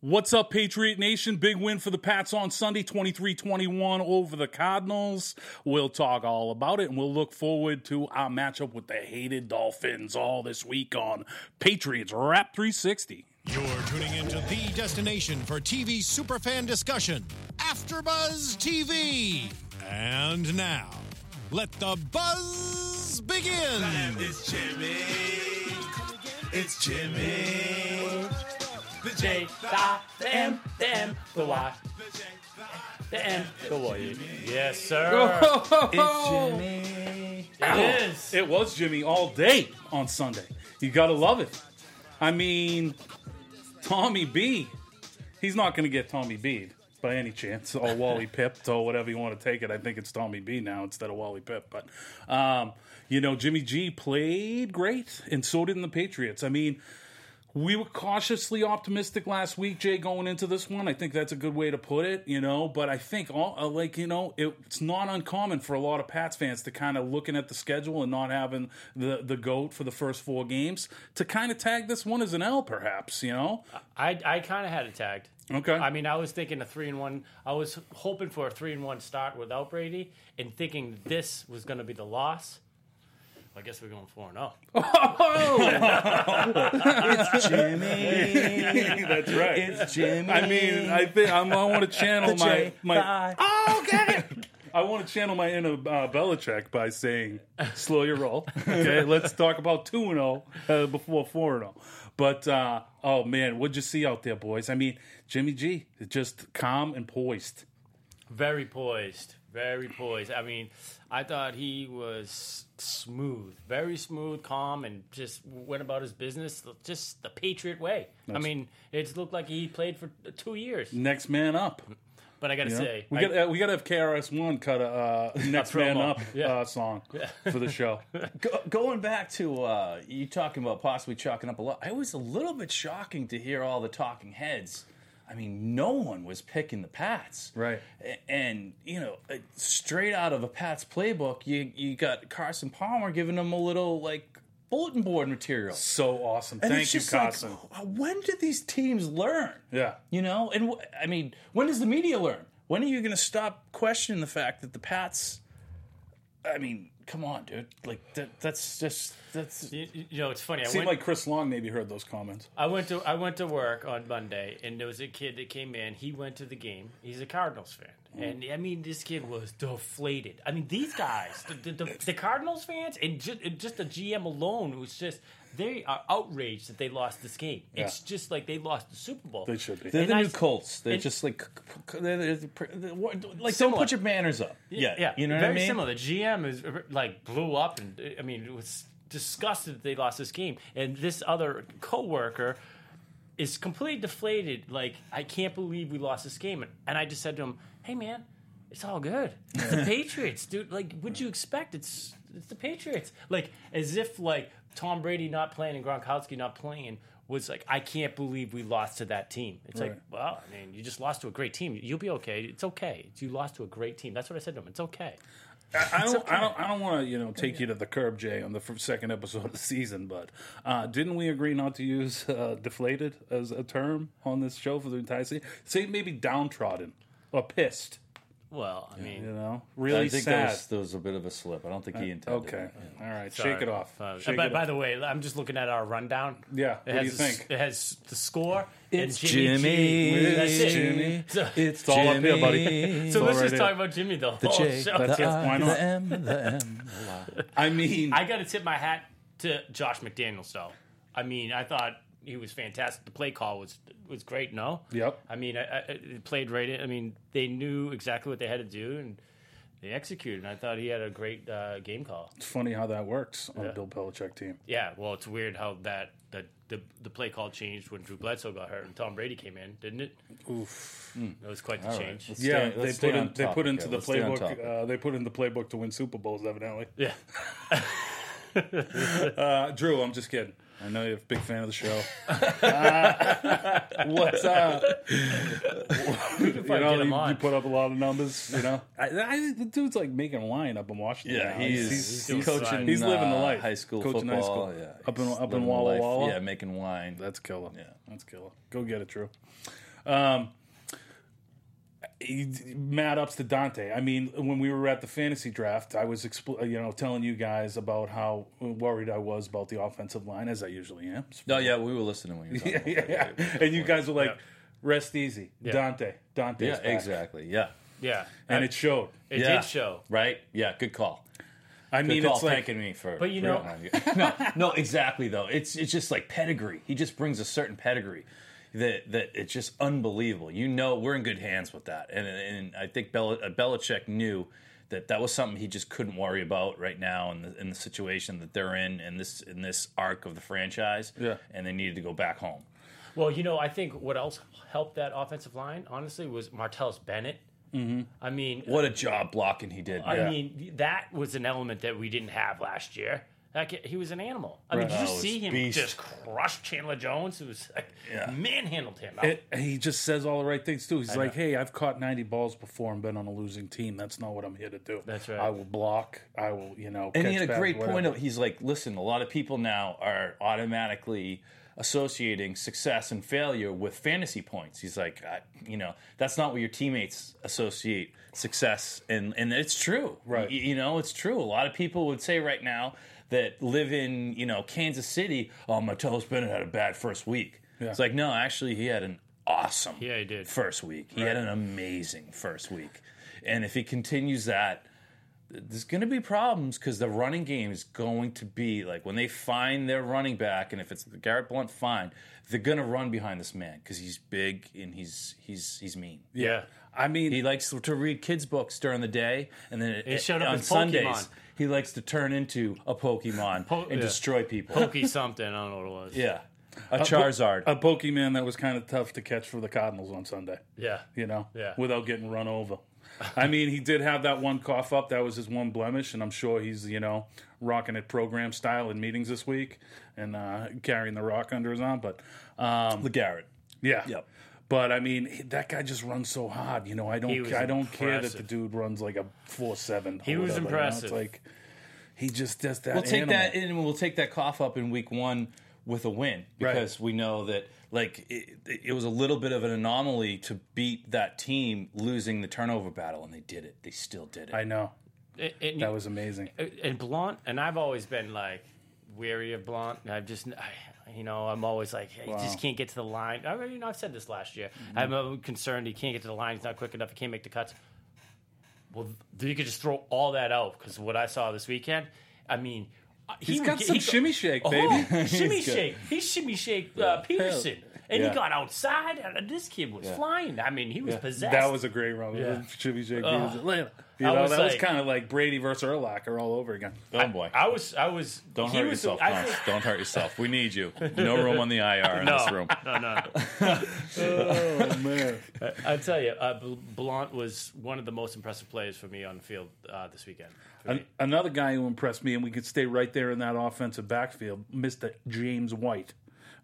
What's up, Patriot Nation? Big win for the Pats on Sunday, 23 21 over the Cardinals. We'll talk all about it and we'll look forward to our matchup with the hated Dolphins all this week on Patriots Wrap 360. You're tuning into the destination for TV superfan discussion, AfterBuzz TV. And now, let the buzz begin. It's Jimmy. It's Jimmy. The J, the, the M, the M, the Y, the M, the Y. Yes, sir. it's Jimmy. Ow. It is. It was Jimmy all day on Sunday. You gotta love it. I mean, Tommy B. He's not gonna get Tommy B by any chance, or Wally Pip, or whatever you want to take it. I think it's Tommy B now instead of Wally Pip. But um, you know, Jimmy G played great, and so did the Patriots. I mean. We were cautiously optimistic last week, Jay, going into this one. I think that's a good way to put it, you know. But I think, all, uh, like, you know, it, it's not uncommon for a lot of Pats fans to kind of looking at the schedule and not having the, the GOAT for the first four games to kind of tag this one as an L, perhaps, you know? I, I kind of had it tagged. Okay. I mean, I was thinking a three and one. I was hoping for a three and one start without Brady, and thinking this was going to be the loss. I guess we're going four and oh. zero. Jimmy. that's right. It's Jimmy. I mean, I think I'm, I want to channel my, my Oh, get it. I want to channel my inner uh, Belichick by saying, "Slow your roll." Okay, let's talk about two and zero before four and zero. But uh, oh man, what'd you see out there, boys? I mean, Jimmy G, just calm and poised. Very poised. Very poised. I mean, I thought he was smooth, very smooth, calm, and just went about his business just the Patriot way. I mean, it looked like he played for two years. Next man up. But I got to you know? say, we I- got uh, we got to have KRS One cut a uh, next man promo. up Yeah. uh, song for the show. Go, going back to uh, you talking about possibly chalking up a lot, it was a little bit shocking to hear all the talking heads. I mean, no one was picking the Pats, Right. A- And you know, uh, straight out of a Pats playbook, you you got Carson Palmer giving them a little like bulletin board material. So awesome! And Thank it's you, just like, Carson. when did these teams learn? yeah. You know, and wh- I mean, when does the media learn? When are you going to stop questioning the fact that the Pats? I mean, come on, dude. Like that, that's just that's. you, you know, it's funny. I Seemed went, like Chris Long maybe heard those comments. I went to I went to work on Monday, and there was a kid that came in. He went to the game. He's a Cardinals fan, Mm-hmm. and I mean, this kid was deflated. I mean, these guys, the the, the, the Cardinals fans, and just, and just the GM alone was just they are outraged that they lost this game. It's just like they lost the Super Bowl. They should be. They're the And I- new Colts. They're and- just like, c- c- they're, they're, they're- like don't Similar. put your manners up. Yeah, yeah, You know very what I mean? similar. The GM is like blew up, and I mean, it was disgusted that they lost this game. And this other coworker is completely deflated. Like, I can't believe we lost this game. And I just said to him, "Hey, man, it's all good. It's the Patriots, dude. Like, what'd you expect? It's it's the Patriots. Like, as if like Tom Brady not playing and Gronkowski not playing." Was like I can't believe we lost to that team. It's like, Right. well, I mean, you just lost to a great team. You'll be okay. It's okay. You lost to a great team. That's what I said to him. It's okay. I don't, I don't, I don't want to, you know, take you to the curb, Jay, on the fir- second episode of the season. But uh, didn't we agree not to use uh, "deflated" as a term on this show for the entire season? Say maybe downtrodden or pissed. Well, I mean, You know, really I think sad. That, was, that was a bit of a slip. I don't Uh, think he intended. okay, it. all right, sorry. shake it off. Uh, Shake by, it by off. the way, I'm just looking at our rundown. Yeah, it what do has you the s- think? It has the score. It's Jimmy. That's it. Jimmy. So, It's all up here, buddy. Jimmy. so let's right just there. talk about Jimmy the Oh, whole J, show. That's it. Why not? The M, the M, the Y. I mean, I got to tip my hat to Josh McDaniels, though. I mean, I thought he was fantastic. The play call was was great. No, Yep. I mean, I, I, it played right. In, I mean, they knew exactly what they had to do and they executed. And I thought he had a great uh, game call. it's funny how that works on a Bill Belichick team. Yeah, well, it's weird how that the, the the play call changed when Drew Bledsoe got hurt and Tom Brady came in, didn't it? Oof. Hmm. That was quite the All right, change. let's Yeah, stay- let's they stay put on in, they topic put here. into the Let's stay on playbook. topic. Uh, they put in the playbook to win Super Bowls, evidently. Yeah, Uh, Drew, I'm just kidding. I know you're a big fan of the show. uh, what's up? you, probably know, get him you, on. you put up a lot of numbers. You know, I, I, the dude's like making wine up in Washington. Yeah, now. he's, he's, he's, doing fine. coaching. he's living the uh, life. High school Coaching high football. school. Yeah, Up in- he's up in living the Walla life. Walla? Yeah, making wine. that's killer. Yeah. that's killer. Go get it, Drew. Um, he- mad ups to Dante. I mean, when we were at the fantasy draft, I was expl- you know telling you guys about how worried I was about the offensive line, as I usually am. No, yeah, we were listening when you were talking. about that. yeah, and you guys were like, "Rest easy, Dante, Dante." Yeah, exactly. Yeah. Yeah, And it showed. it Yeah. did show. Right? Yeah, good call. I Good mean, call it's like thanking me for. But you for know- reminding you. no, no, exactly though. It's it's just like pedigree. He just brings a certain pedigree that that it's just unbelievable. You know, we're in good hands with that, and and I think Bel- uh, Belichick knew that that was something he just couldn't worry about right now in the in the situation that they're in in this in this arc of the franchise. Yeah. and they needed to go back home. Well, you know, I think what else helped that offensive line, honestly, was Martellus Bennett. Mm-hmm. I mean, What a job blocking he did. I yeah. mean, that was an element that we didn't have last year. That kid, he was an animal. I mean, did you Oh, see it's him beast. just crush Chandler Jones? It was like, Yeah. manhandled him. it, he just says all the right things too. He's like, "Hey, I've caught 90 balls before and been on a losing team. That's not what I'm here to do. That's right. I will block. I will, you know." And he catch had a back, great point whatever." of he's like, listen, a lot of people now are automatically associating success and failure with fantasy points. He's like, I, you know, that's not what your teammates associate success and and it's true. Right. Y- you know, it's true. A lot of people would say right now that live in, you know, Kansas City, oh, Mattel's Bennett had a bad first week. It's like, no, actually he had an awesome Yeah, he did. first week. He had an amazing first week. And if he continues that there's going to be problems because the running game is going to be like when they find their running back, and if it's Garrett Blunt, fine. They're going to run behind this man because he's big and he's he's he's mean. yeah. I mean, He likes to read kids' books during the day, and then He showed up on in Pokemon. Sundays he likes to turn into a Pokemon Po- uh, and yeah. destroy people. Pokey something. I don't know what it was. yeah, a Charizard. a Pokemon that was kind of tough to catch for the Cardinals on Sunday. Yeah. you know, Yeah. without getting run over. I mean, he did have that one cough up. That was his one blemish, and I'm sure he's you know rocking it program style in meetings this week and uh, carrying the rock under his arm. But um, the Garrett. Yeah. Yep. But I mean, he- that guy just runs so hard. You know, I don't, He was I don't care that the impressive. dude runs like a four seven. He was it's impressive. like he just does that. We'll take animal. that in. We'll take that cough up in week one with a win because we know that like it, it was a little bit of an anomaly to beat that team losing the turnover battle, and they did it. They still did it. I know And, and, that was amazing. and Blunt, and I've always been like weary of Blunt. And I've just, I, you know, I'm always like, he just can't get to the line. I mean, you know, I've said this last year. Mm-hmm. I'm uh, concerned he can't get to the line. He's not quick enough. He can't make the cuts. Well, th- you could just throw all that out because what I saw this weekend, I mean, uh, he He's would got get- some he go- shimmy shake, Oh, baby. shimmy shake. He shimmy shake uh, Peterson. And Yeah. he got outside, and uh, this kid was flying. I mean, he was possessed. That was a great run. Yeah. Jimmy Jake Oh. Peterson. You I know, was that was like- kind of like Brady versus Urlacher all over again. oh boy! I was. I was. Don't he hurt was- yourself, I Lance. think- Don't hurt yourself. We need you. No room on the IR in this room. No, no. Oh man, I tell you, uh, Bl- Blunt was one of the most impressive players for me on the field uh, this weekend. An- another guy who impressed me, and we could stay right there in that offensive backfield, Mr. James White.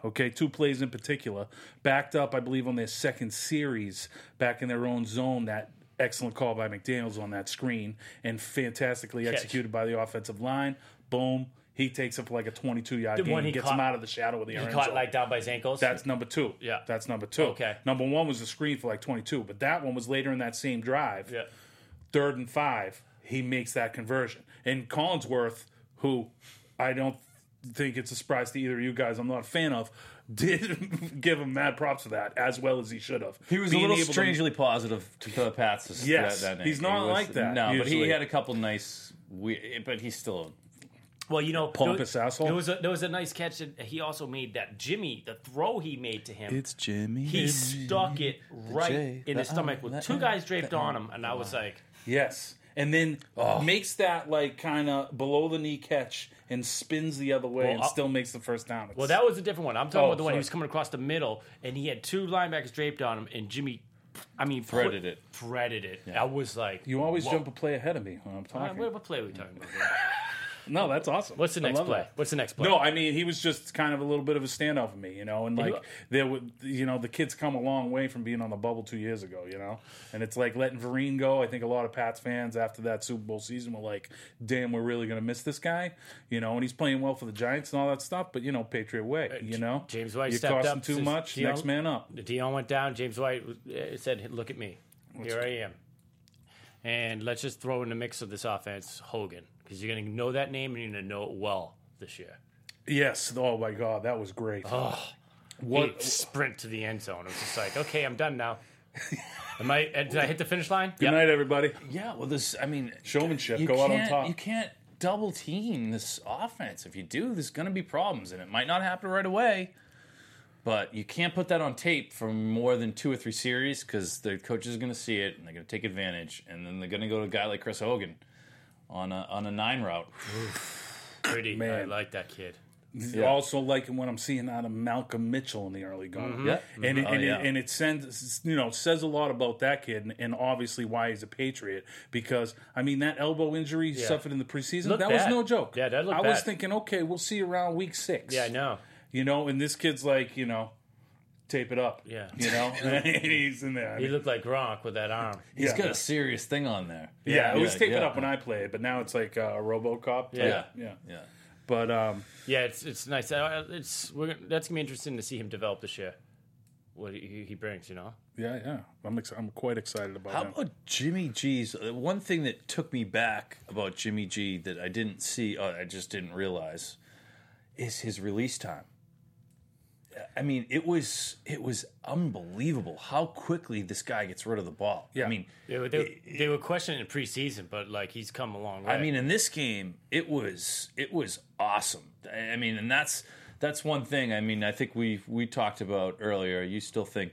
Okay, two plays in particular, backed up, I believe, on their second series, back in their own zone. That excellent call by McDaniels on that screen, and fantastically executed by the offensive line. Boom, he takes it for like a 22 yard The one gain, he gets caught- him out of the shadow of the He orange caught zone. like down by his ankles. That's number two. Yeah. that's number two. Okay. number one was the screen for like 22, but that one was later in that same drive yeah. third and five, he makes that conversion. And Collinsworth, who I don't think it's a surprise to either of you guys, I'm not a fan of, did give him mad props for that as well as he should have. He was Being a little able to- strangely positive to the Pats. this- Yes, that, that he's night. not He was- like that, No, but usually. he had a couple nice. We, but he's still Well, you know, Pompous there, asshole. There was a, there was a nice catch that he also made. That Jimmy, the throw he made to him, Jimmy. he stuck it right J, in the his stomach R, with the two M, guys draped on him, and I was like, Yes. And then makes that like kind of below the knee catch and spins the other way and I'll- still makes the first down. "Well, that was a different one." I'm talking Oh, about the one sorry. he was coming across the middle, and he had two linebackers draped on him, and Jimmy, I mean, put- Threaded it. threaded it. I was like, you always whoa. jump a play ahead of me when I'm Uh, talking. What, what play are we talking about? here? No, that's awesome. What's the I next love play? that. What's the next play? No, I mean he was just kind of a little bit of a standout for me, you know, and like there would you know the kids come a long way from being on the bubble two years ago, you know, and it's like letting Vereen go. I think a lot of Pats fans after that Super Bowl season were like, "Damn, we're really gonna miss this guy," you know, and he's playing well for the Giants and all that stuff, but you know, Patriot way, you know, Uh, James White you stepped cost up him too since much. Deion- Next man up. Dion went down. James White uh, said, "Look at me. Here I am." And let's just throw in the mix of this offense Hogan because you're going to know that name and you're going to know it well this year. Yes. Oh my God, that was great. Oh. What sprint to the end zone? It was just like, okay, I'm done now. Am I? uh, Did I hit the finish line? Good night, everybody. Yeah, well, this I mean, Showmanship. you Go out on can't- top. You can't double team this offense. If you do, there's going to be problems, and it might not happen right away. But you can't put that on tape for more than two or three series because the coaches are going to see it and they're going to take advantage, and then they're going to go to a guy like Chris Hogan on a on a nine route. Pretty. I Man. like that kid. Also liking what I'm seeing out of Malcolm Mitchell in the early going. Mm-hmm. Yeah, and it, Oh, and, yeah. it, and it sends you know says a lot about that kid and, and obviously why he's a patriot because I mean that elbow injury he suffered in the preseason Looked that bad. was no joke. Yeah, that looked I was bad. thinking okay we'll see you around week six. Yeah, I know. you know, and this kid's like you know tape it up. Yeah. you know, and he's in there. I He mean, looked like Gronk with that arm. He's yeah. got a serious thing on there. yeah, it was yeah, tape it yeah. up when I played, but now it's like uh, a RoboCop. type. Yeah. yeah, Yeah. but um, Yeah, it's it's nice. Uh, It's we're, that's gonna be interesting to see him develop this year. What he, he brings, you know. yeah, yeah, I'm ex- I'm quite excited about. How him. about Jimmy G's? uh, One thing that took me back about Jimmy G that I didn't see, uh, I just didn't realize, is his release time. Uh, I mean, it was it was unbelievable how quickly this guy gets rid of the ball. Yeah. I mean, They were, they, they were questioning it preseason, but like he's come a long way. I mean, in this game, it was it was awesome. I I mean, and that's that's one thing. I mean, I think we we talked about earlier. You still think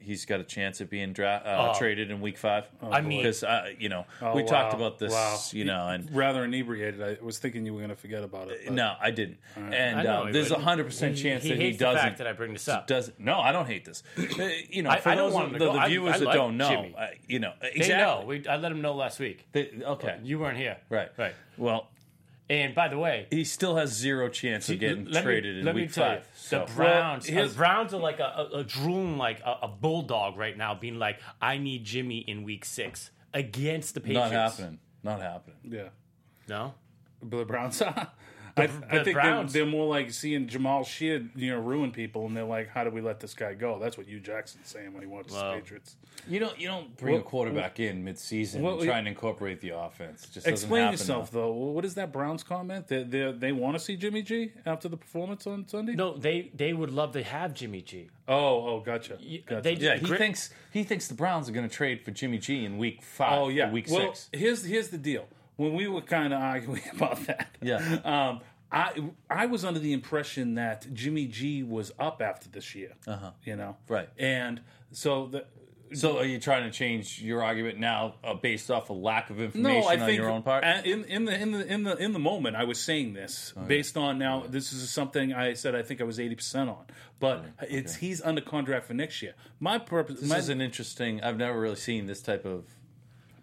he's got a chance at being dra- uh, traded in week five? Oh. I mean- Oh, because uh, you know we talked wow. about this. Wow. You know, and rather inebriated. I was thinking you were going to forget about it. but- no, I didn't. I And know uh, he there's a wouldn't. hundred percent He- chance he that he hates the doesn't. fact that I bring this up. Doesn't. No, I don't hate this. Uh, you know, I- for I don't those want of him to the, go. the I- viewers I that like don't know, Jimmy. uh, you know they exactly. know. We, I let him know last week. They- okay, You weren't here, right, Right. Well, And by the way, he still has zero chance of getting let me- traded in let me week tell five. you, so the Browns, here's- the Browns are like a, a, a drooling, like a, a bulldog right now, being like, "I need Jimmy in Week six against the Patriots." not happening. Not happening. Yeah. No, But the Browns. I, I think they're, Browns. they're more like seeing Jamal Sheard, you know, ruin people, and they're like, "How do we let this guy go?" That's what Hugh Jackson's saying when he watches Wow. the Patriots. You don't. You don't bring Well, a quarterback in midseason well, and try and incorporate the offense. It just doesn't Explain happen yourself, though. What is that Browns comment? They they, they want to see Jimmy G after the performance on Sunday. no, they they would love to have Jimmy G. Oh, oh, gotcha. gotcha. They Yeah, he Gri- thinks he thinks the Browns are going to trade for Jimmy G in week five. oh yeah. or week well, six. here's here's the deal. When we were kind of arguing about that, Yeah. um, I I was under the impression that Jimmy G was up after this year. Uh-huh. You know, Right. And so the So are you trying to change your argument now uh, based off a lack of information on your own part? a- In, in the in the in the in the moment, I was saying this based on now. This is something I said. I think I was eighty percent on, but it's he's under contract for next year. My purpose, this my is an interesting. I've never really seen this type of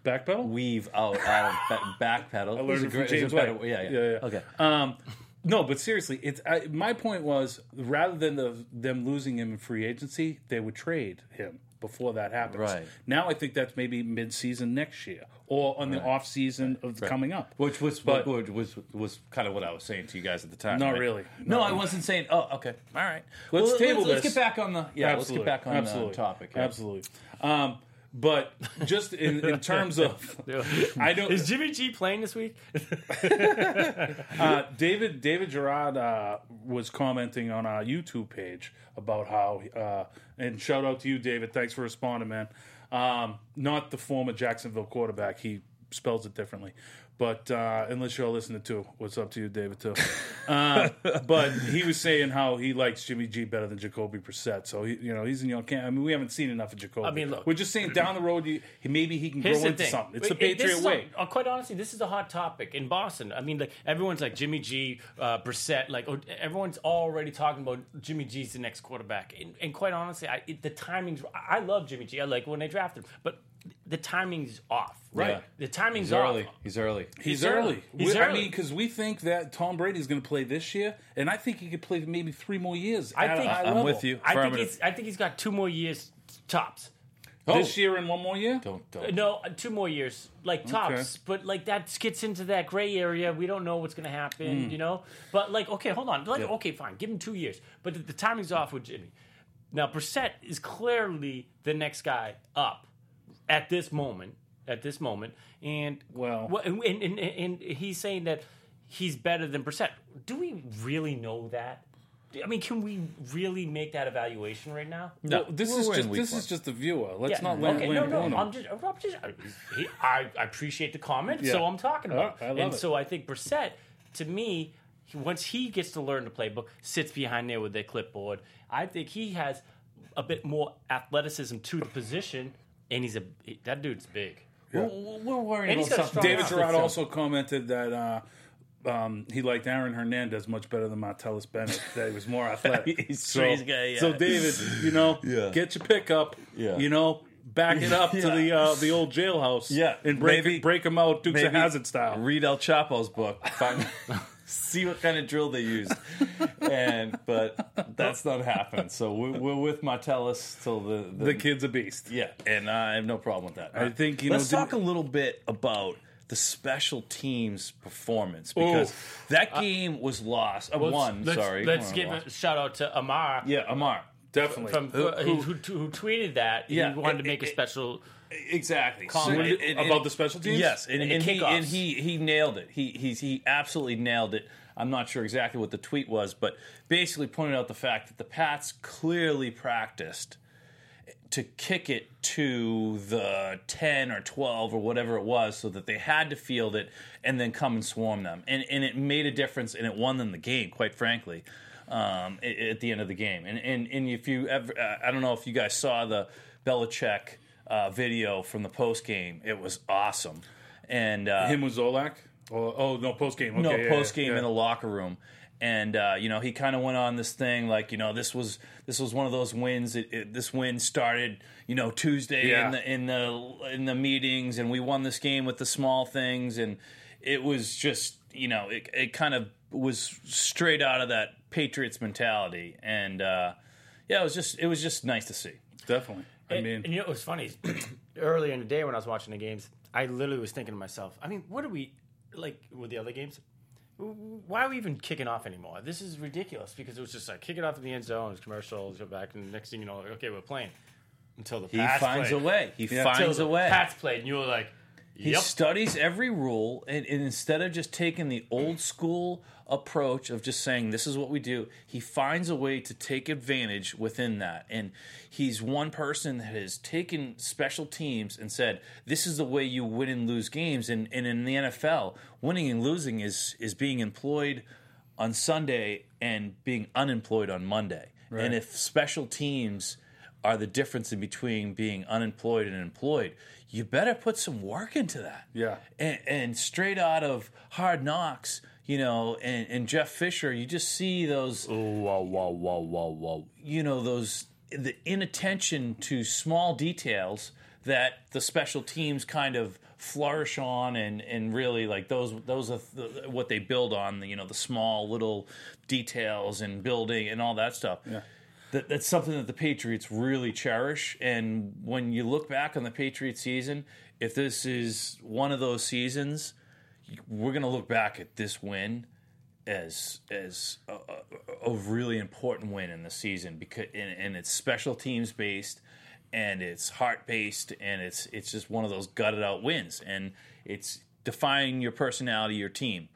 backpedal. weave out out of back pedal. I learned it from James White. Yeah, yeah, Yeah, yeah. Okay. Um, no, but seriously, it's I, my point was rather than the, them losing him in free agency, they would trade him before that happens. Right. now, I think that's maybe mid-season next year or on the off season of coming up. Which was But- what, was was kind of what I was saying to you guys at the time. Not right? really. No, No. I wasn't saying. Oh, okay. All right. Let's table this. let's, Let's get back on the yeah. Absolutely. Let's get back on Absolutely. the topic. yeah. Absolutely. Um, but just in, in terms of, I don't. Is Jimmy G playing this week? Uh, David David Gerard uh, was commenting on our YouTube page about how, uh, and shout out to you, David. Thanks for responding, man. Um, not the former Jacksonville quarterback. He spells it differently. But uh, unless you're listening to what's up to you, David, too. Uh, but he was saying how he likes Jimmy G better than Jacoby Brissett. So, he, you know, he's in your camp. I mean, we haven't seen enough of Jacoby. I mean, look. We're just saying down the road, you, he, maybe he can Here's grow the into thing. something. It's the Wait, it- this Patriot is a- way. uh, quite honestly, this is a hot topic in Boston. I mean, like everyone's like Jimmy G, uh, Brissett, like oh, everyone's already talking about Jimmy G's the next quarterback. And, and quite honestly, I, it, the timings. I I love Jimmy G. I like when they drafted him, but the timing's off. Right. Yeah. The timing's He's early. off. He's early. He's, He's early. early. He's We- I early. mean, because we think that Tom Brady's going to play this year, and I think he could play maybe three more years. I at a think- high I'm level. with you. I think Affirmative. it's, I think he's got two more years tops. This year and one more year. Oh. Don't Uh, don't. No, uh, two more years, like tops. But like that gets into that gray area. We don't know what's going to happen, you know. But like, okay, hold on. Like, okay, fine, give him two years. But the, the timing's off with Jimmy. Now Brissett is clearly the next guy up at this moment. At this moment, and Well- wha- and, and, and, and he's saying that he's better than Brissett. Do we really know that? I mean, can we really make that evaluation right now? No, Well, this we're- is we're in just week this one. is just the viewer. Let's Yeah. not lam- okay, lampoon no, him. no, I'm just, I'm just I, he, I, I appreciate the comment, so Yeah. I'm talking about. I love and it. so I think Brissett, to me, he- once he gets to learn the playbook, sits behind there with their clipboard. I think he has a bit more athleticism to the position, and he's a that dude's big. We're, we're worried And he's about got a something. strong David Yeah. Gerard also commented that uh, um, he liked Aaron Hernandez much better than Martellus Bennett. that he was more athletic. He's so, strange guy, yeah. so David, you know, Yeah. get your pickup. Yeah. You know, back it up to Yeah. the uh, the old jailhouse. Yeah, and break maybe- break them out, Dukes of Maybe Hazard style. Read El Chapo's book. Find, see what kind of drill they used. and but that's not happening. So we're, we're with Martellus till the the kid's a beast. Yeah, and I have no problem with that. I think, you Let's know, do- talk a little bit about the special teams performance because that game was lost. Uh, won, let's, sorry. Let's Or give lost. a shout out to Amar Yeah, Amar. Definitely. from Who- who, who, who tweeted that. Yeah, he wanted to it- make a it- special. Exactly. Comment about the special teams? Yes, and, And the and he, kickoffs. and he he nailed it. He he's, he absolutely nailed it. I'm not sure exactly what the tweet was, but basically pointed out the fact that the Pats clearly practiced to kick it to the 10 or 12 or whatever it was so that they had to field it and then come and swarm them. And, and it made a difference and it won them the game, quite frankly, um, a- at the end of the game. And, and, and if you ever, uh, I don't know if you guys saw the Belichick uh, video from the post game, it was awesome. And uh, Him with Zolak. Oh, oh no, post game. Okay, no yeah, yeah, post game yeah. in the locker room and uh, you know he kind of went on this thing like you know this was this was one of those wins it, it, this win started you know Tuesday Yeah. in the in the in the meetings and we won this game with the small things and it was just you know it, it kind of was straight out of that Patriots mentality and uh, yeah it was just it was just nice to see Definitely. I mean, and you know what's funny? is Earlier in the day when I was watching the games, I literally was thinking to myself, I mean, what are we like with the other games? Why are we even kicking off anymore? This is ridiculous because it was just like kick it off in the end zone, it's commercials, go back, and the next thing you know, like, okay, we're playing until the he finds a way he finds a way Pats played, and you were like, He yep. studies every rule, and, and instead of just taking the old school approach of just saying this is what we do, he finds a way to take advantage within that. And he's one person that has taken special teams and said this is the way you win and lose games. And, and in the NFL, winning and losing is is being employed on Sunday and being unemployed on Monday. And if special teams are the difference in between being unemployed and employed, you better put some work into that. Yeah. And, and straight out of Hard Knocks, you know, and, and Jeff Fisher, you just see those, Whoa, whoa, whoa, whoa, whoa. you know, those the inattention to small details that the special teams kind of flourish on and and really like those those are th- what they build on you know the small little details and building and all that stuff that, that's something that the Patriots really cherish. And when you look back on the Patriots season, if this is one of those seasons, we're going to look back at this win as as a, a, a really important win in the season because and, and it's special teams based and it's heart based and it's it's just one of those gutted out wins and it's defining your personality, your team.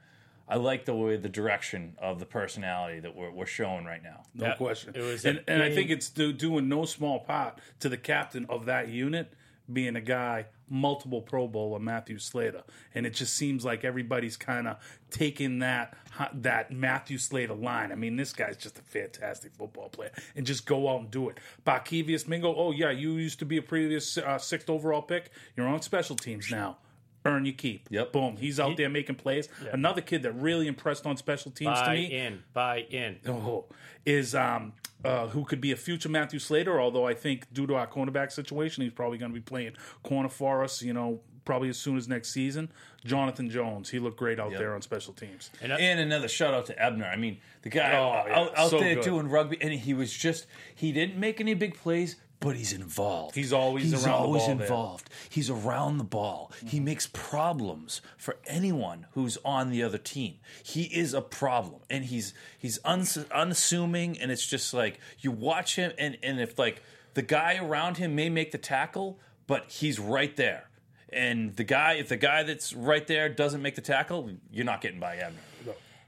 I like the way the direction of the personality that we're, we're showing right now. No question. it was and a and I big- think it's due, due in no small part to the captain of that unit being a guy multiple Pro Bowler Matthew Slater, and it just seems like everybody's kind of taking that that Matthew Slater line. I mean, this guy's just a fantastic football player, and just go out and do it. Barkevius Mingo, oh yeah, you used to be a previous uh, sixth overall pick. You're on special teams now. Earn your keep. Yep. Boom. He's out there making plays. Another kid that really impressed on special teams to Buy me in, buy in. oh, is um, uh, who could be a future Matthew Slater, although I think due to our cornerback situation, he's probably going to be playing corner for us, you know, probably as soon as next season. Jonathan Jones, he looked great out there on special teams. And, I- And another shout out to Ebner. I mean, the guy Oh, yeah. out, out So there good. doing rugby, and he was just he didn't make any big plays, but he's involved. He's always he's around the always ball there. Mm-hmm. involved. He's around the ball. He makes problems for anyone who's on the other team. He is a problem, and he's he's uns- unassuming, and it's just like you watch him, and and if like the guy around him may make the tackle, but he's right there. And the guy, if the guy that's right there doesn't make the tackle, you're not getting by Ebner.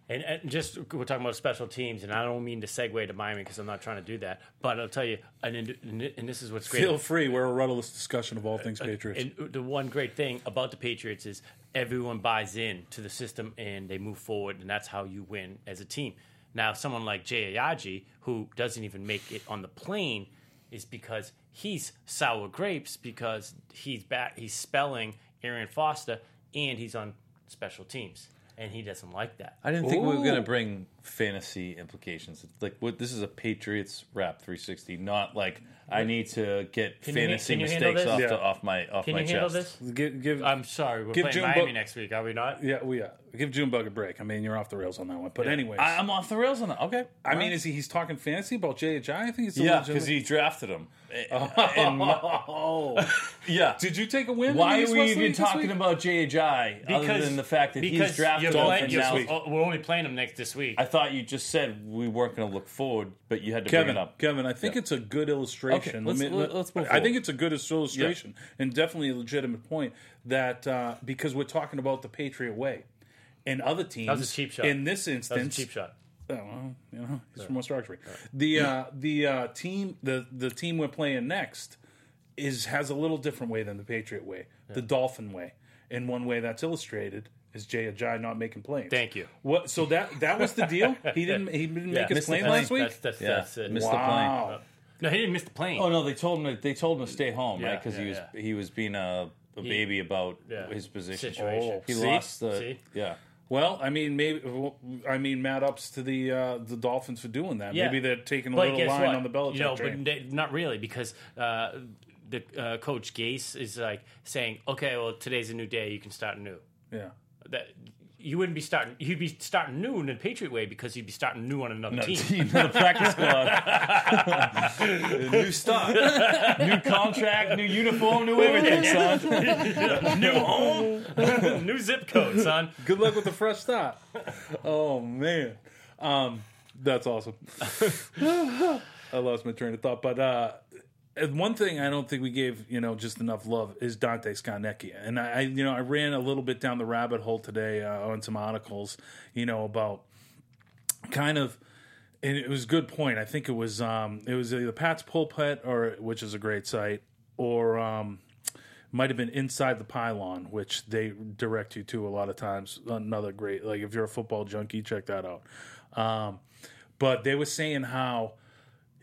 And, and just we're talking about special teams, and I don't mean to segue to Miami because I'm not trying to do that. But I'll tell you, and, and, and this is what's great. Feel free. We're a rudderless discussion of all things Patriots. And the one great thing about the Patriots is everyone buys in to the system and they move forward, and that's how you win as a team. Now, someone like Jay Ayaji, who doesn't even make it on the plane, is because he's sour grapes because he's back, he's spelling Arian Foster, and he's on special teams, and he doesn't like that. I didn't think we were going to bring fantasy implications. It's Like, what, this is a Patriots wrap 360, not like I need to get you ha- fantasy can you handle mistakes this? off, Yeah. to, off my off Can my you handle chest. this? give, give, I'm sorry, we're Give playing June Miami Bo- next week, are we not? yeah, we are. Give June Bug a break. I mean, you're off the rails on that one. But anyways, I, I, I'm off the rails on that. Okay, mean, is he? He's talking fantasy about JHI. I think it's a yeah, legitimate- because he drafted him. And my- yeah. Oh. Did you take a win? Why are against we Wesleyan even this talking week? about JHI other than the fact that because he's drafted you're him? playing- and you're- now, oh, we're only playing him next this week. I thought you just said we weren't going to look forward, but you had to bring Kevin, it up. Kevin, I think Yeah. it's a good illustration. Okay, let's- Let me- let- let's move I think forward. it's a good illustration and definitely a legitimate point that uh, because we're talking about the Patriot way and other teams. was a cheap shot. In this that was a instance, cheap shot. Oh, well, you know, he's from West Roxbury. The uh, the uh, team the the team we're playing next is has a little different way than the Patriot way, the Dolphin way, and one way that's illustrated is Jay Ajay not making plays. Thank you. What? So that that was the deal. He didn't he didn't Yeah. make his Missed the plane plane. last week. That's, that's, Yeah, that's it. missed the plane. wow. No, he didn't miss the plane. Oh no, they told him. To, they told him to stay home, Yeah, right? 'Cause right? yeah, Because he was he was being a, a baby about Yeah. his position. Situation. He See? lost the See? yeah. Well, I mean, maybe well, I mean, mad ups to the uh, the Dolphins for doing that. Yeah. Maybe they're taking a But little guess line what? on the Belichick You know, train. but they, not really because uh, the uh, coach Gase is like saying, "Okay, well, today's a new day. You can start new." yeah, That you wouldn't be starting. You'd be starting new in the Patriot way because you'd be starting new on another team. Team, the practice squad, new start, new contract, new uniform, new everything, son. new home, new zip code, son. Good luck with the fresh start. oh man, um, that's awesome. I lost my train of thought, but uh, and one thing I don't think we gave you know just enough love is Dante Scarnecchia, and I, I you know I ran a little bit down the rabbit hole today uh, on some articles, you know about kind of. And it was a good point. I think it was um, it was either Pat's Pulpit or which is a great site, or um, might have been inside the pylon, which they direct you to a lot of times. Another great, like if you're a football junkie, check that out. Um, but they were saying how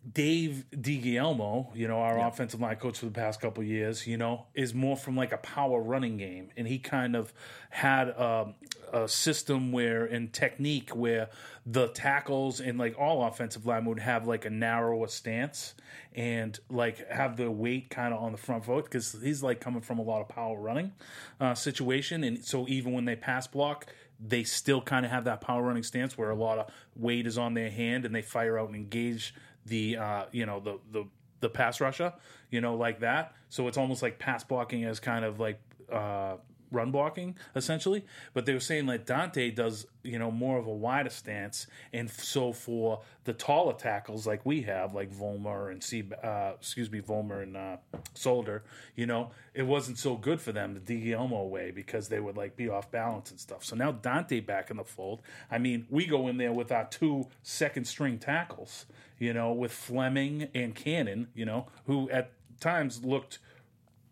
Dave DiGielmo, you know, our offensive line coach for the past couple of years, you know, is more from like a power running game, and he kind of had um, a system where in technique where the tackles and like all offensive linemen would have like a narrower stance and like have the weight kind of on the front foot because he's like coming from a lot of power running uh, situation, and so even when they pass block, they still kind of have that power running stance where a lot of weight is on their hand and they fire out and engage the uh, you know the the the pass rusher, you know, like that. So it's almost like pass blocking as kind of like uh, run blocking essentially. But they were saying like Dante does, you know, more of a wider stance, and f- so for the taller tackles like we have, like Volmer and C, uh, excuse me, Volmer and uh, Solder, you know, it wasn't so good for them the DiGielmo way because they would like be off balance and stuff. So now Dante back in the fold. I mean, we go in there with our two second string tackles, you know, with Fleming and Cannon, you know, who at times looked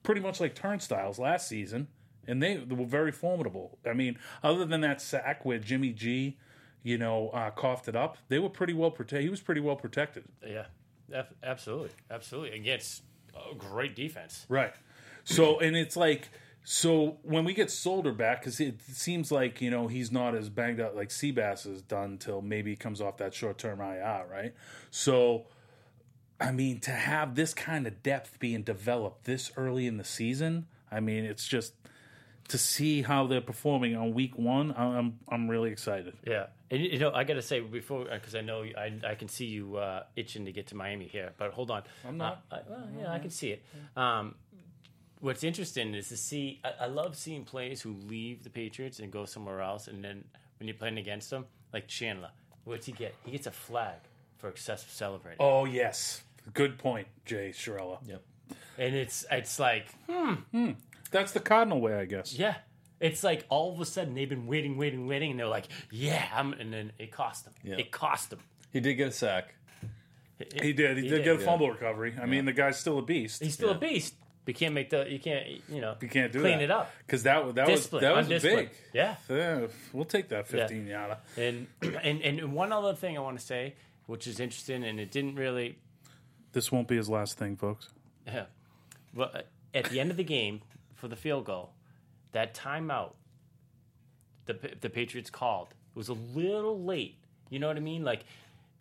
pretty much like turnstiles last season, and they were very formidable. I mean, other than that sack where Jimmy G, you know, uh, coughed it up, they were pretty well protected. He was pretty well protected. Yeah, Ab- absolutely, absolutely against a great defense. Right. So, and it's like, so when we get Solder back, because it seems like, you know, he's not as banged up like Seabass is done till maybe he comes off that short term IR, right? So I mean, to have this kind of depth being developed this early in the season, I mean, it's just to see how they're performing on week one. I- I'm I'm really excited. Yeah, and you know, I gotta say before because I know I, I can see you uh, itching to get to Miami here, but hold on, I'm not. Uh, I, well, yeah, I can see it. Um, what's interesting is to see. I, I love seeing players who leave the Patriots and go somewhere else, and then when you're playing against them, like Chandler, what's he get? He gets a flag for excessive celebrating, Oh yes, good point, Jay Shirella. Yep. and it's it's like That's the cardinal way, I guess. yeah. It's like all of a sudden they've been waiting, waiting, waiting, and they're like, "Yeah," I'm, and then it cost them. It cost them. He did get a sack. He did. He, He did, did, get a yeah. fumble recovery. I mean, the guy's still a beast. He's still a beast. You can't make the. You can't. You know. you can't do clean that. it up. because that was that was Discipline. that was undisciplined. big. Yeah. Yeah, we'll take that fifteen yada. And and and one other thing I want to say, which is interesting, and it didn't really. This won't be his last thing, folks. Well, at the end of the game for the field goal, that timeout, the Pa- the Patriots called was a little late. You know what I mean? Like.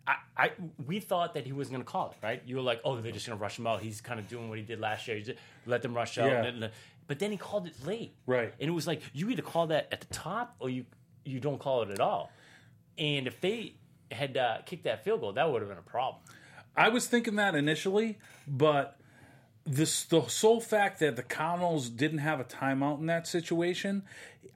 I, I we thought that he wasn't going to call it, right? You were like, "Oh, they're just going to rush him out. He's kind of doing what he did last year. He just let them rush out." Yeah. and then- but then he called it late, Right. And it was like you either call that at the top or you you don't call it at all. And if they had uh, kicked that field goal, that would have been a problem. I was thinking that initially, but this the sole fact that the Cardinals didn't have a timeout in that situation,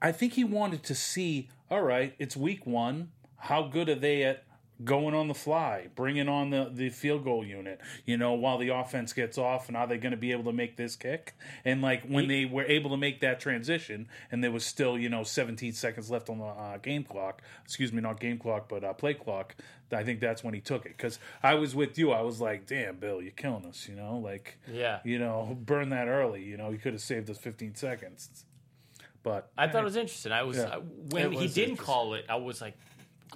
I think he wanted to see. All right, it's week one. How good are they at going on the fly, bringing on the the field goal unit? You know, while the offense gets off, and are they going to be able to make this kick? And like when they were able to make that transition, and there was still you know 17 seconds left on the uh, game clock. Excuse me, not game clock, but uh, play clock. I think that's when he took it because I was with you. I was like, "Damn, Bill, you're killing us," you know, like Yeah. you know, burn that early. You know, he could have saved us 15 seconds. But I thought it was interesting. I was Yeah. I- when It he was didn't interesting. call it, I was like,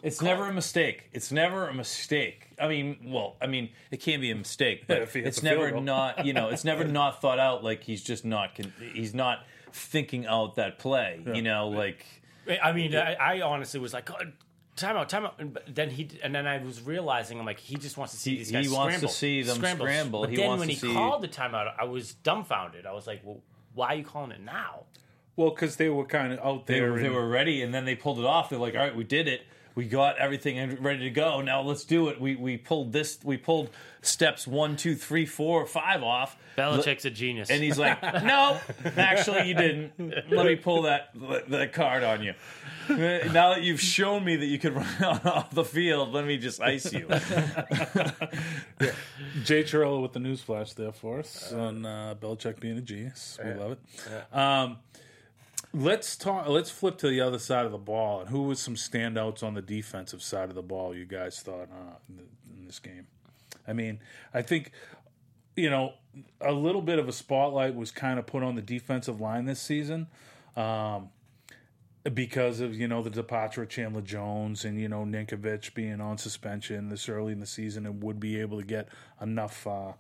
It's never a mistake. It's never a mistake. I mean, well, I mean, it can be a mistake, but If he hits it's a field never goal. not. You know, it's never not thought out. Like he's just not. Con- he's not thinking out that play. You know, like I mean, I, I honestly was like, God, timeout, timeout. And but then he and then I was realizing, I'm like, he just wants to see He- these he guys. wants to scramble, see them scramble. But He then wants when to he see- called the timeout, I was dumbfounded. I was like, well, why are you calling it now? well, because they were kind of out they there. were, and- they were ready, and then they pulled it off. They're like, all right, we did it. We got everything and ready to go. Now let's do it. We we pulled this. We pulled steps one, two, three, four, five off. Belichick's a genius. And he's like, "No, actually, you didn't. Let me pull that that card on you. Now that you've shown me that you could run out off the field, let me just ice you." Jay Chirillo with the newsflash there for us on uh, Belichick being a genius. We love it. Um, let's talk. Let's flip to the other side of the ball. And who was some standouts on the defensive side of the ball? You guys thought uh, in th- in this game? I mean, I think you know a little bit of a spotlight was kind of put on the defensive line this season. Um, because of you know the departure of Chandler Jones and you know Ninkovich being on suspension this early in the season and would be able to get enough uh,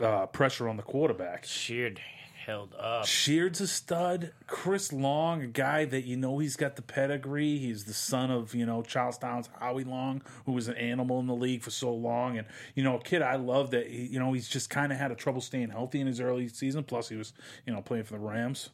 uh, pressure on the quarterback. Sheard held up. Sheard's a stud. Chris Long, a guy that you know he's got the pedigree. He's the son of you know Charlestown's Howie Long, who was an animal in the league for so long, and you know a kid I love that he, you know he's just kind of had a trouble staying healthy in his early season. Plus he was you know playing for the Rams.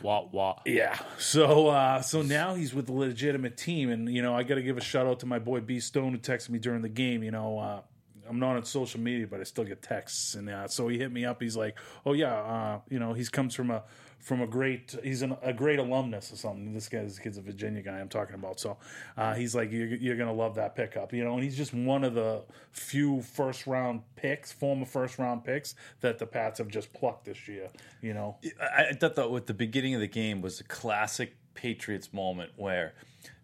Wah wah. Yeah. So uh, so now he's with a legitimate team, and you know I got to give a shout out to my boy B Stone who texted me during the game. You know. Uh, I'm not on social media, but I still get texts, and uh, so he hit me up. He's like, "Oh yeah, uh, you know, he's comes from a from a great he's an, a great alumnus or something. This guy's kid's a Virginia guy I'm talking about. So uh, he's like, you're, you're gonna love that pickup, you know. And he's just one of the few first round picks, former first round picks that the Pats have just plucked this year, you know. I, I thought that with the beginning of the game was a classic Patriots moment where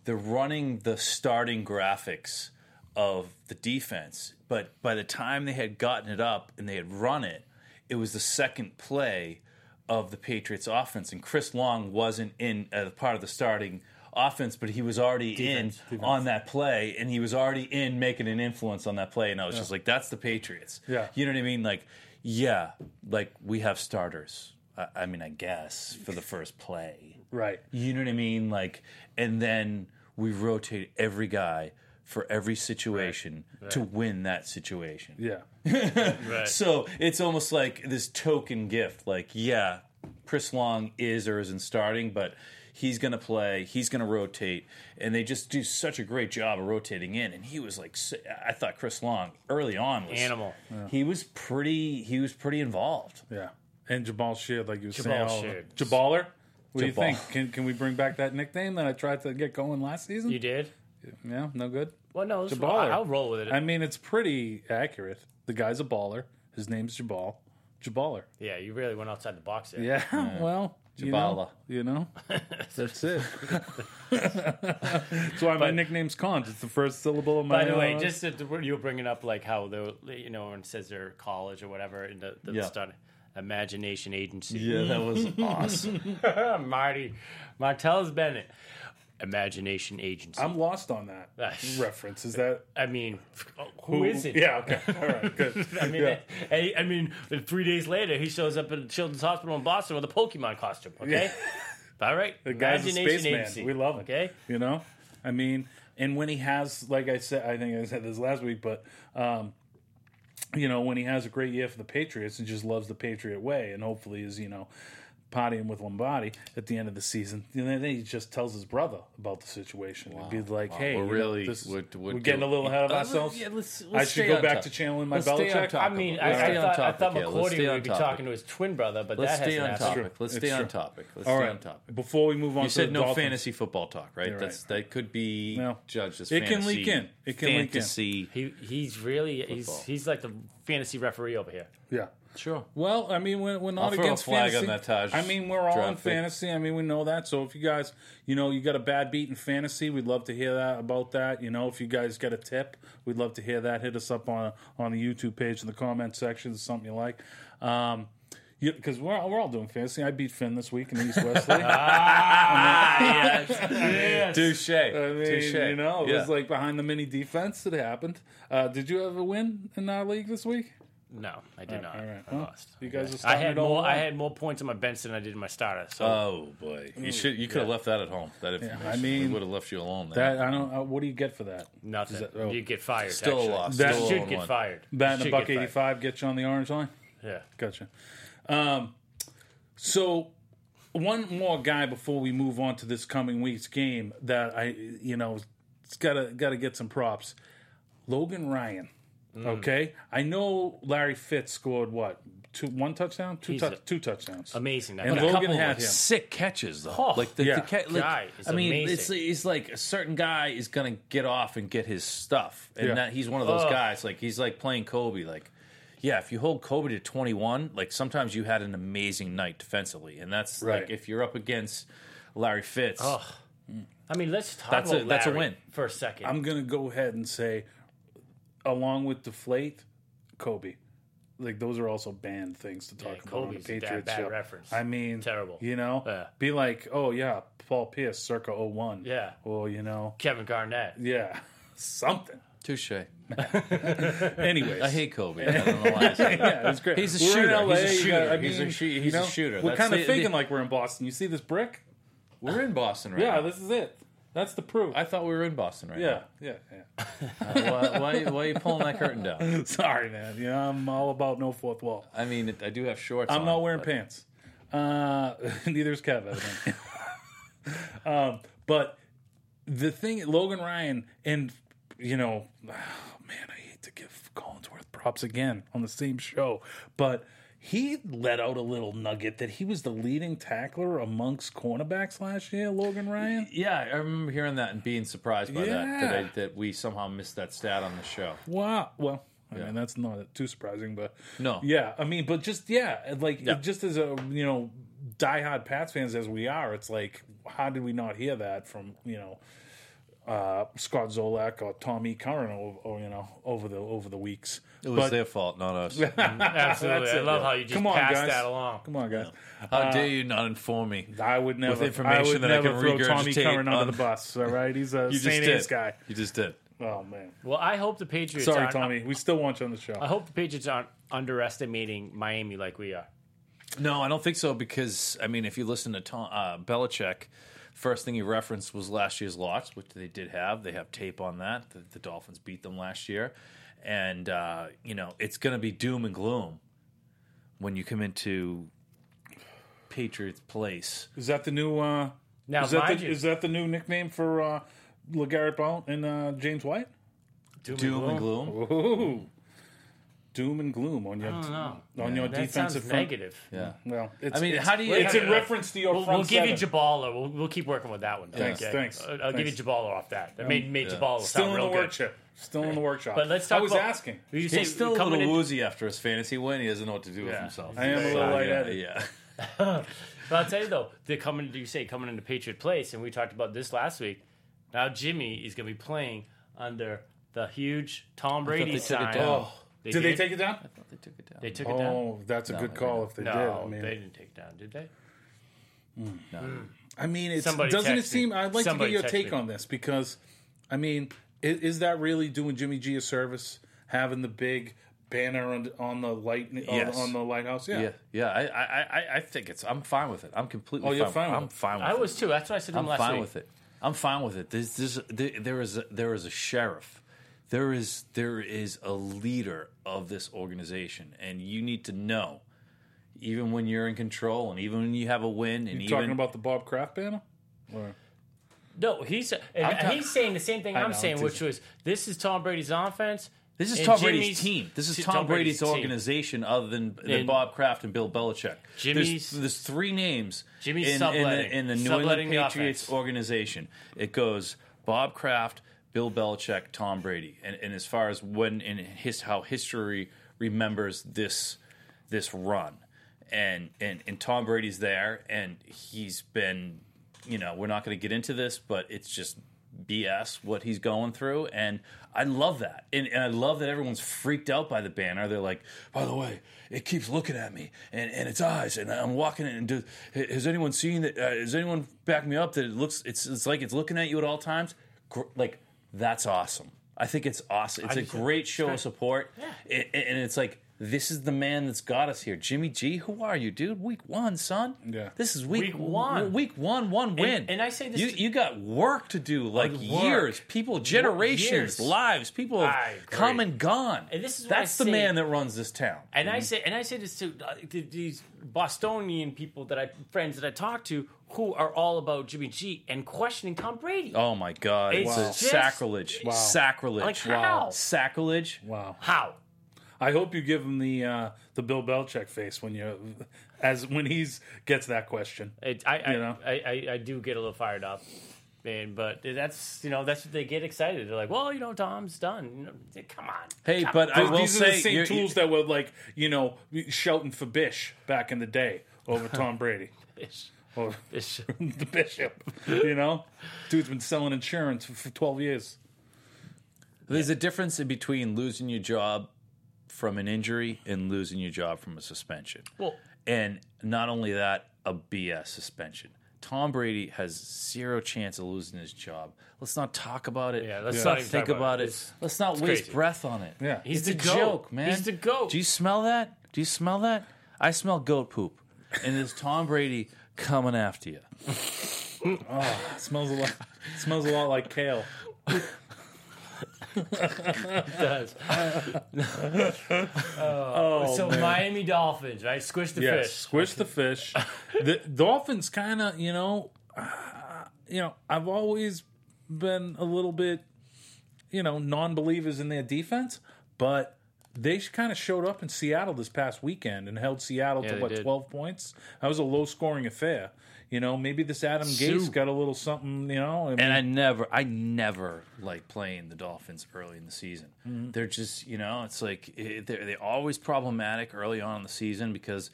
they're running the starting graphics of the defense, but by the time they had gotten it up and they had run it, it was the second play of the Patriots offense, and Chris Long wasn't in uh, part of the starting offense, but he was already in on that play, and he was already in making an influence on that play, and I was just like, that's the Patriots. Yeah. you know what I mean? Like, yeah, like we have starters. I, I mean, I guess for the first play, Right. you know what I mean? Like, and then we rotate every guy for every situation to win that situation. Yeah. So it's almost like this token gift. Like, yeah, Chris Long is or isn't starting, but he's going to play. He's going to rotate, and they just do such a great job of rotating in. And he was like, s- I thought Chris Long early on was Animal. He was pretty. He was pretty involved. Yeah. And Jabal Sheard, like you were saying. Jabal all Sheard. the- Jaballer? What do you Jabal. think? Can, can we bring back that nickname that I tried to get going last season? You did? Yeah, no good. Well, no, it's, Jaballer. I'll roll with it. I mean, it's pretty accurate. The guy's a baller. His name's Jabal. Jaballer. yeah, you really went outside the box there. Yeah, well, Jabala. You know, you know? that's it. That's why my nickname's Cons. It's the first syllable of my. By the way, uh, just that you were bringing up like how the you know when it says they're college or whatever and the, the Yeah. start imagination agency. Yeah, that was awesome. Marty Martell's Bennett, imagination agency. I'm lost on that reference. Is that I mean, who is it? Yeah. Okay. All right. Good. I mean, I, I mean, three days later he shows up at Children's Hospital in Boston with a Pokemon costume. Okay, all right. The guy's a Imagination spaceman. agency. We love him. Okay, You know, I mean, and when he has, like I said, I think I said this last week, but um, you know, when he has a great year for the Patriots and just loves the Patriot way, and hopefully is you know pottying with Lombardi at the end of the season, and then he just tells his brother about the situation. and Be like, hey, We're you know, really- this is- we're- we're, we're getting a doing- little ahead of Uh, ourselves. yeah, let's- let's I stay should go on back top. to channeling my Let's stay on Belichick. top. I mean, I, Let's I stay on thought, I topic thought here. Let's stay McCourty on would be topic. talking to his twin brother, but Let's that stay hasn't on happened. topic. Let's It's stay on true. topic. Let's All stay right. on topic. Before we move on, You to said the no Dolphins. fantasy football talk, right? You're That's right. that could be No. judged as It can fantasy- leak in. It can leak in. fantasy. He he's really he's Football. he's like the fantasy referee over here. Yeah. Sure. Well, I mean, we're, we're not throw a against flag fantasy. on that, Taj. I mean, we're all Draft in pick. fantasy. I mean, we know that. So if you guys, you know, you got a bad beat in fantasy, we'd love to hear that about that. You know, if you guys got a tip, we'd love to hear that. Hit us up on on the YouTube page in the comment section. It's something you like. Um, because we're, we're all doing fantasy. I beat Finn this week in East Wesley. Ah, Touche. I mean, Touche. you know, it Yeah. was like behind the mini defense. It happened. Uh, did you ever win in our league this week? No, I did not. all right. I Well, lost. you guys are I starting had it all more. I wrong. had more points on my bench than I did in my starter. So Oh boy, you should you could have left that at home. That information. I mean, we would have left you alone. There. That I don't. Uh, what do you get for that? nothing. that- oh. You get fired. Still a actually. loss. That Still a You should one get one. fired. Bat You in a should buck get fired. eighty-five. Get you on the orange line. Yeah. Gotcha. Um, so one more guy before we move on to this coming week's game that I, you know, it's gotta gotta get some props. Logan Ryan. Mm. Okay, I know Larry Fitz scored what two one touchdown, two He's tou- a- two touchdowns. Amazing. That And guy. Logan couple had of him. sick catches though. Oh, like the, yeah. the ca- like, Guy is I mean, amazing. it's it's like a certain guy is gonna get off and get his stuff, and Yeah. that he's one of those Ugh. guys. Like he's like playing Kobe. Like, yeah, if you hold Kobe to twenty one, like sometimes you had an amazing night defensively, and that's Right. like if you're up against Larry Fitz. Ugh. I mean, let's talk That's a- about that's a Larry win. for a 2nd I'm gonna go ahead and say, along with deflate, Kobe. Like those are also banned things to talk about on the Kobe's a bad- Patriots bad show. reference. I mean, Terrible. You know, Yeah. be like, oh yeah, Paul Pierce, circa 01. Yeah. Or you know, Kevin Garnett. yeah, something. Touche. Anyways, I hate Kobe. I don't know why I said that. Yeah, it was great. He's a We're in shooter. LA, He's a you gotta- shooter. He's a shoo- he's you a know, shooter. We're That's kind of the- thinking the- like we're in Boston. You see this brick? We're in Boston right Yeah, now. this is it. That's the proof. I thought we were in Boston right yeah, yeah, yeah. now. Why, why, why are you pulling that curtain down? Sorry, man. You know, I'm all about no fourth wall. I mean, I do have shorts. I'm on, not wearing but- pants. Uh, neither is Kev, evidently. um, but the thing, Logan Ryan, and you know, oh, man, I hate to give Collinsworth props again on the same show, but he let out a little nugget that he was the leading tackler amongst cornerbacks last year. Logan Ryan, Yeah, I remember hearing that and being surprised by that that, Yeah. I, that we somehow missed that stat on the show. wow. Well, I Yeah. mean, that's not too surprising, but No, Yeah, I mean, but just yeah, like Yeah. just as a you know diehard Pats fans as we are, it's like how did we not hear that from you know uh, Scott Zolak or Tommy Curran or, or you know over the over the weeks? it was But- their fault, not us. Absolutely. I it, love yeah. how you just Come on, passed guys. that along. Come on, guys. How dare you not inform me? I would never. information I would that I never can throw Tommy regurgitate Curran on- under the bus. All right, he's a You Saint Ace did. guy. You just did. Oh man, Well, I hope the Patriots. sorry, aren't- Tommy. We still want you on the I Uh, show. hope the Patriots aren't underestimating Miami like we are. No, I don't think so because I mean, if you listen to Tom, uh, Belichick First thing he referenced was last year's loss, which they did have. They have tape on that. The, the Dolphins beat them last year, and uh, you know it's going to be doom and gloom when you come into Patriots Place. Is that the new? Uh, Now, is, that mind the, you, is that the new nickname for uh, Legarrette Blount and uh, James White? doom, Doom and gloom. Ooh. Doom and gloom on your No, on your that sounds defensive front. negative. Yeah. Well, it's, I mean, it's- how do you- It's in how- reference to your We'll, front we'll give you seven. Jabala. We'll, we'll keep working with that one. Thanks, thanks, I'll, I'll give you thanks. Jabala off that. That made, made Jabala Still sound in the real good. workshop. Still in the workshop. But let's talk. I was about- asking. You say He's still a coming little in- woozy after his fantasy win. He doesn't know what to do with Yeah. himself. I am a little Yeah, lightheaded. Yeah. But I'll tell you though, they're coming. You say coming into Patriot Place, and we talked about this last week. Now Jimmy is going to be playing under the huge Tom Brady they took it sign. down. Oh. They Did they did? take it down? They took it down. They took it down. Oh, that's a good call if they No, did. I mean, they didn't take it down, did they? I mean, it's, Somebody doesn't it text seem? me. I'd like Somebody to get text your take me. on this because, I mean, is, is that really doing Jimmy G a service having the big banner on, on the light on, Yes. on the lighthouse? Yeah. Yeah, yeah. I, I, I- I think it's. I'm fine with it. I'm completely. Oh, you're fine with I'm it. fine with I it. was too. That's what I said to him I'm last fine week. with it. I'm fine with it. There's, there's, there, there is a, there is a sheriff. There is there is a leader of this organization, and you need to know, even when you're in control, and even when you have a win, and You even talking about the Bob Kraft banner? Or- No, he's and talk- he's saying the same thing I I'm know, saying, it's which was this is Tom Brady's offense. this is and Tom Brady's Jimmy's- team. This is Tom Tom, Brady's Brady's, team. organization, other than, than And- Bob Kraft and Bill Belichick. Jimmy's- there's, there's three names Jimmy's in, in the, subletting. in the New Subletting England the Patriots offense. organization. It goes Bob Kraft, Bill Belichick, Tom Brady, and, and as far as when in his how history remembers this this run, and and and Tom Brady's there, and he's been, you know, we're not going to get into this, but it's just. BS what he's going through, and I love that, and, and I love that everyone's freaked out by the banner. They're like, "By the way, it keeps looking at me, and, and its eyes, and I'm walking in. And does, has anyone seen that? Uh, has anyone backed me up that it looks? It's it's like it's looking at you at all times. Gr- Like that's awesome. I think it's awesome. It's a great show of support. A- a- and it's like this is the man that's got us here, Jimmy G. Who are you, dude? Week one, son. Yeah. this is week, Week one. Week one, one win. and I say this you to- you got work to do, like work. years, people, generations, Years. lives, people have I agree. come and gone. And this is what that's I the say- man that runs this town. And I say, and I say this to uh, to these Bostonian people that I friends that I talk to, who are all about Jimmy G and questioning Tom Brady. Oh my God! It's, It's a just- sacrilege, Wow. sacrilege, Like, how? sacrilege. wow. How? I hope you give him the uh, the Bill Belichick face when you as when he's gets that question. It, I, I, You know? I, I I do get a little fired up, man. But that's you know that's what they get excited. They're like, well, you know, Tom's done. You know, come on. Hey, but I These- will These are say, the same you're- tools that were like you know shouting for Bish back in the day over Tom Brady Bish. or Bish. the Bishop. You know, dude's been selling insurance for- for twelve years. There's a difference in between losing your job from an injury and losing your job from a suspension. Well- and not only that, a BS suspension. Tom Brady has zero chance of losing his job. Let's not talk about it. Yeah, let's let's not not even think talk about about it. it. It's- Let's not waste crazy. breath on it. Yeah. He's it's the a goat. joke, man. He's the goat. Do you smell that? Do you smell that? I smell goat poop, and it's Tom Brady coming after you. smells a lot. smells a lot like kale. does. oh, so Miami Dolphins, right? Squish the Yes, fish. squish the fish. the Dolphins kind of, you know, uh, you know, I've always been a little bit, you know, non-believers in their defense, but they kind of showed up in Seattle this past weekend and held Seattle Yeah, to they what did. twelve points. That was a low-scoring affair. You know, maybe this Adam Gase got a little something. You know, I mean, And I never, I never like playing the Dolphins early in the season. They're just, you know, it's like it, they're, they're always problematic early on in the season because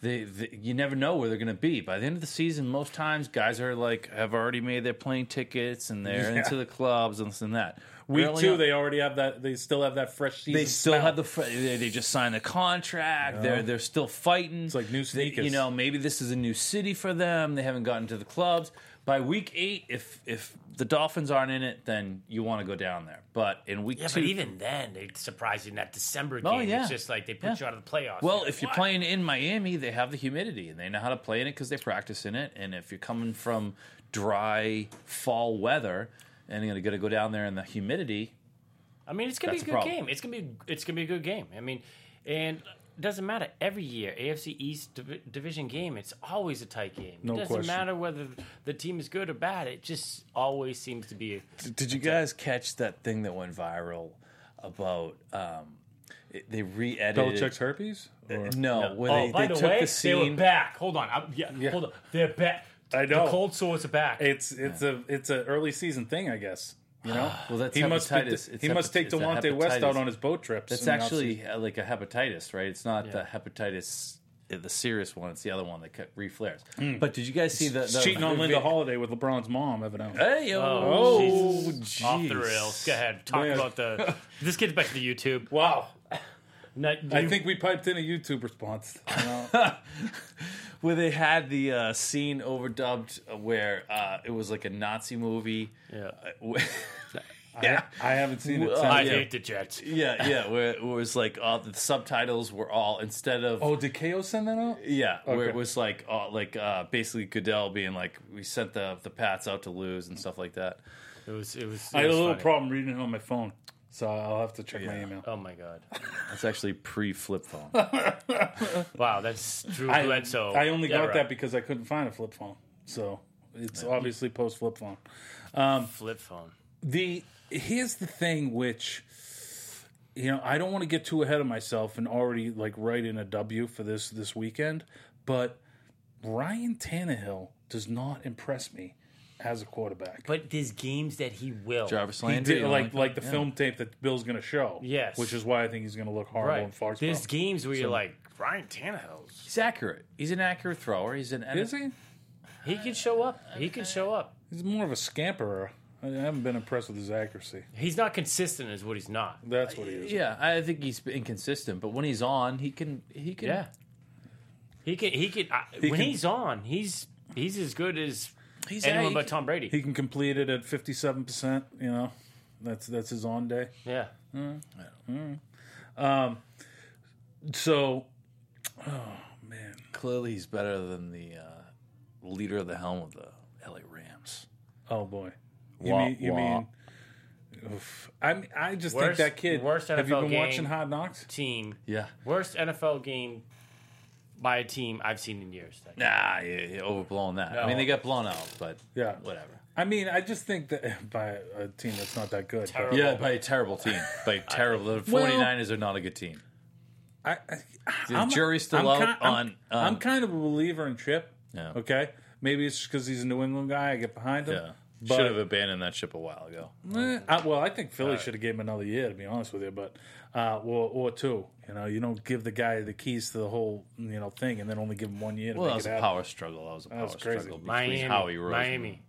they, they you never know where they're going to be. By the end of the season, most times guys are like have already made their plane tickets and they're into the clubs and this and that. Week Early two, on. they already have that. They still have that fresh season. They still smell. have the. fr- They, they just signed the contract. They're they're still fighting. It's like new sneakers. you know, maybe this is a new city for them. They haven't gotten to the clubs by week eight. If if the Dolphins aren't in it, then you want to go down there. But in week Yeah, two, but even then, they surprised you in that December game. Oh, yeah. It's just like they put Yeah. you out of the playoffs. well, Like, if you're what? playing in Miami, they have the humidity and they know how to play in it because they practice in it. And if you're coming from dry fall weather and you're going to go down there in the humidity, I mean, it's gonna That's be the a good problem. game. It's gonna be it's gonna be a good game. I mean, and it doesn't matter every year AFC East div- division game. It's always a tight game. No it doesn't question. matter whether the team is good or bad. It just always seems to be. Did you guys catch that thing that went viral about um, it- they re-edited? Belichick's herpes. Uh, Or- No, where oh, they, by they the took way, the they were scene. back. Hold on, I'm, yeah, hold on, they're back. I The know. cold sores are back. It's it's a it's an early season thing, I guess. You know, Well, that's he must be- hepatitis. It's he must hepat- take it's a Delonte West out hepatitis. on his boat trips. That's in the actually uh, like a hepatitis, right? It's not the hepatitis, uh, the serious one. It's the other one that cut, re-flares. But did you guys see the, offseason. the Hmm. cheating on the Linda vi- Holiday with LeBron's mom, evidently. Hey, yo. Oh, oh, off the jeez. rails. Go ahead, talk Man. about the. This gets back to the YouTube. Wow, Now, do I you- think we piped in a YouTube response. where they had the uh, scene overdubbed uh, where uh, it was like a Nazi movie. Yeah. Uh, yeah, I haven't seen it. Well, since. I yeah. hate the Jets. Yeah, yeah. Where it was like all the subtitles were all instead of oh, did KO send that out? yeah, where it okay. was like all like uh, basically Goodell being like we sent the the Pats out to lose and stuff like that. It was. It was. It I had a was little funny. problem reading it on my phone, so I'll have to check my Yeah. email. Oh my god. That's actually pre flip phone. Wow, that's Drew I, Bledsoe. I only got era. that because I couldn't find a flip phone, so it's obviously post flip phone. flip phone. the here's the thing which you know i don't want to get too ahead of myself and already like write in a w for this this weekend but ryan Tannehill does not impress me as a quarterback But there's games that he will. Jarvis he Landry, did you know, like like the yeah. film tape that bill's gonna show Yes. which is why i think he's gonna look horrible in right. foxborough There's games where you're like Ryan Tannehill's. He's accurate. He's an accurate thrower. He's an is he He can show up. He can show up. he's more of a scamperer i haven't been impressed with his accuracy He's not consistent, is what he's not. that's what he is Yeah, I think he's inconsistent, but when he's on, he can he can He can. He can. I, when can- he's on, he's he's as good as he's anyone he but can- Tom Brady. he can complete it at 57% you know that's that's his on day yeah. so oh man Clearly, he's better than the uh, leader of the helm of the LA Rams. Oh boy. You Wah, mean? You wah. mean? Oof. I I just think Worst- that kid. worst have you NFL been game. watching Hot Knocks? Team. Yeah. Worst NFL game by a team I've seen in years. Nah, you, you overblown that. I mean, they got blown out, but Yeah. whatever. I mean, I just think that by a team that's not that good. but Terrible. Yeah, by a terrible team. By terrible. The 49ers Well- are not a good team. I, I, The jury's still I'm out ki- I'm- on. um, on I'm kind of a believer in Chip. Yeah. Okay. Maybe it's because he's a New England guy. I get behind him. yeah. But, Should have abandoned that ship a while ago. Eh, I, well, I think Philly should have gave him another year, to be honest with you, but uh, or or two. You know, you don't give the guy the keys to the whole you know thing, and then only give him one year to Well, that make was it a happen. power struggle. That was a power was crazy. struggle between Miami. Howie Roseman. Miami.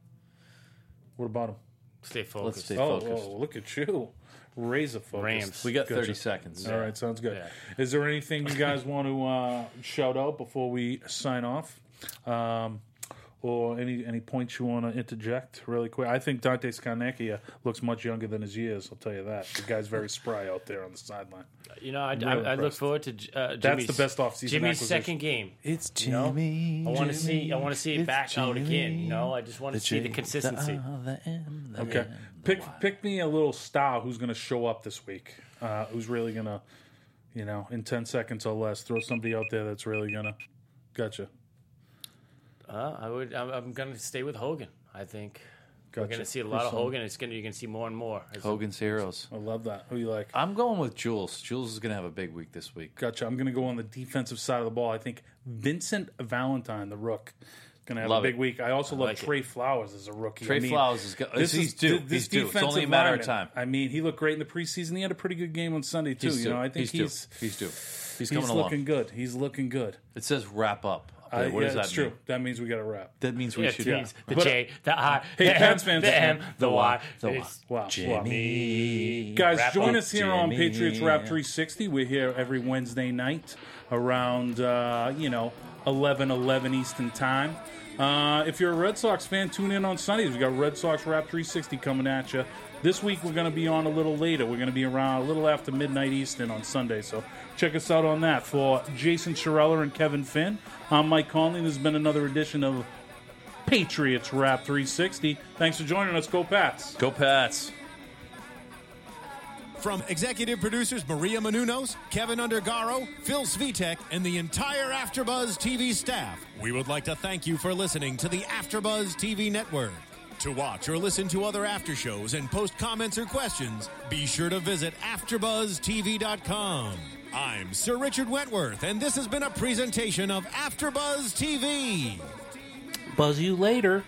What about him? Stay Let's focused. stay Oh, focused. oh, look at you. Razor focused. Rams. We got 30 Gotcha. seconds. All right, sounds good. Yeah. Is there anything you guys want to uh, shout out before we sign off? Um, or any any points you want to interject really quick? I think Dante Scarnecchia looks much younger than his years, I'll tell you that. The guy's very spry out there on the sideline. You know, I, I, Real I look impressed. forward to uh, Jimmy's, That's the best offseason Jimmy's acquisition. second game. It's know? Jimmy. I want to see. I want to see it back out again. You know, I just want to see the consistency. uh-uh. Okay. Pick pick me a little star who's going to show up this week. Uh, who's really going to, you know, in 10 seconds or less, throw somebody out there that's really going to. Gotcha. Uh, I would. I'm, I'm going to stay with Hogan. I think Gotcha. we're going to see a lot of Hogan. It's going. to You're going to see more and more. It's- Hogan's Heroes. I love that. Who you like? I'm going with Jules. Jules is going to have a big week this week. Gotcha. I'm going to go on the defensive side of the ball. I think Vincent Valentine, the rook, is going to have Love a big it. week. I also love like it. Trey Flowers as a rookie. Trey I mean, Flowers is go- this he's due. th- this He's due. It's defensive only a matter of lineman, time. I mean, he looked great in the preseason. He had a pretty good game on Sunday too. He's you due. know, I think he's he's due. He's due. He's he's, coming along. looking good. He's looking good. It says wrap up. I, Uh, what yeah, does that it's true. mean? That means we got to wrap. That means we Yeah, should. geez. The But- J, the I, Hey, the M, Pats fans, the M, the Y. the Y. It's- Wow, Jimmy. guys, Wrap join up, us here on Jimmy. Patriots Wrap 360. We're here every Wednesday night around uh, you know 11 11 Eastern time. Uh, if you're a Red Sox fan, tune in on Sundays. We got Red Sox Wrap 360 coming at you. This week we're going to be on a little later. We're going to be around a little after midnight Eastern on Sunday. So check us out on that. For Jason Chireller and Kevin Finn, I'm Mike Conley. This has been another edition of Patriots Wrap 360. Thanks for joining us. Go Pats. Go Pats. From executive producers Maria Manunos, Kevin Undergaro, Phil Svitek, and the entire Afterbuzz TV staff, we would like to thank you for listening to the Afterbuzz TV network. To watch or listen to other after shows and post comments or questions, be sure to visit AfterbuzzTV.com. I'm Sir Richard Wentworth, and this has been a presentation of Afterbuzz TV. Buzz you later.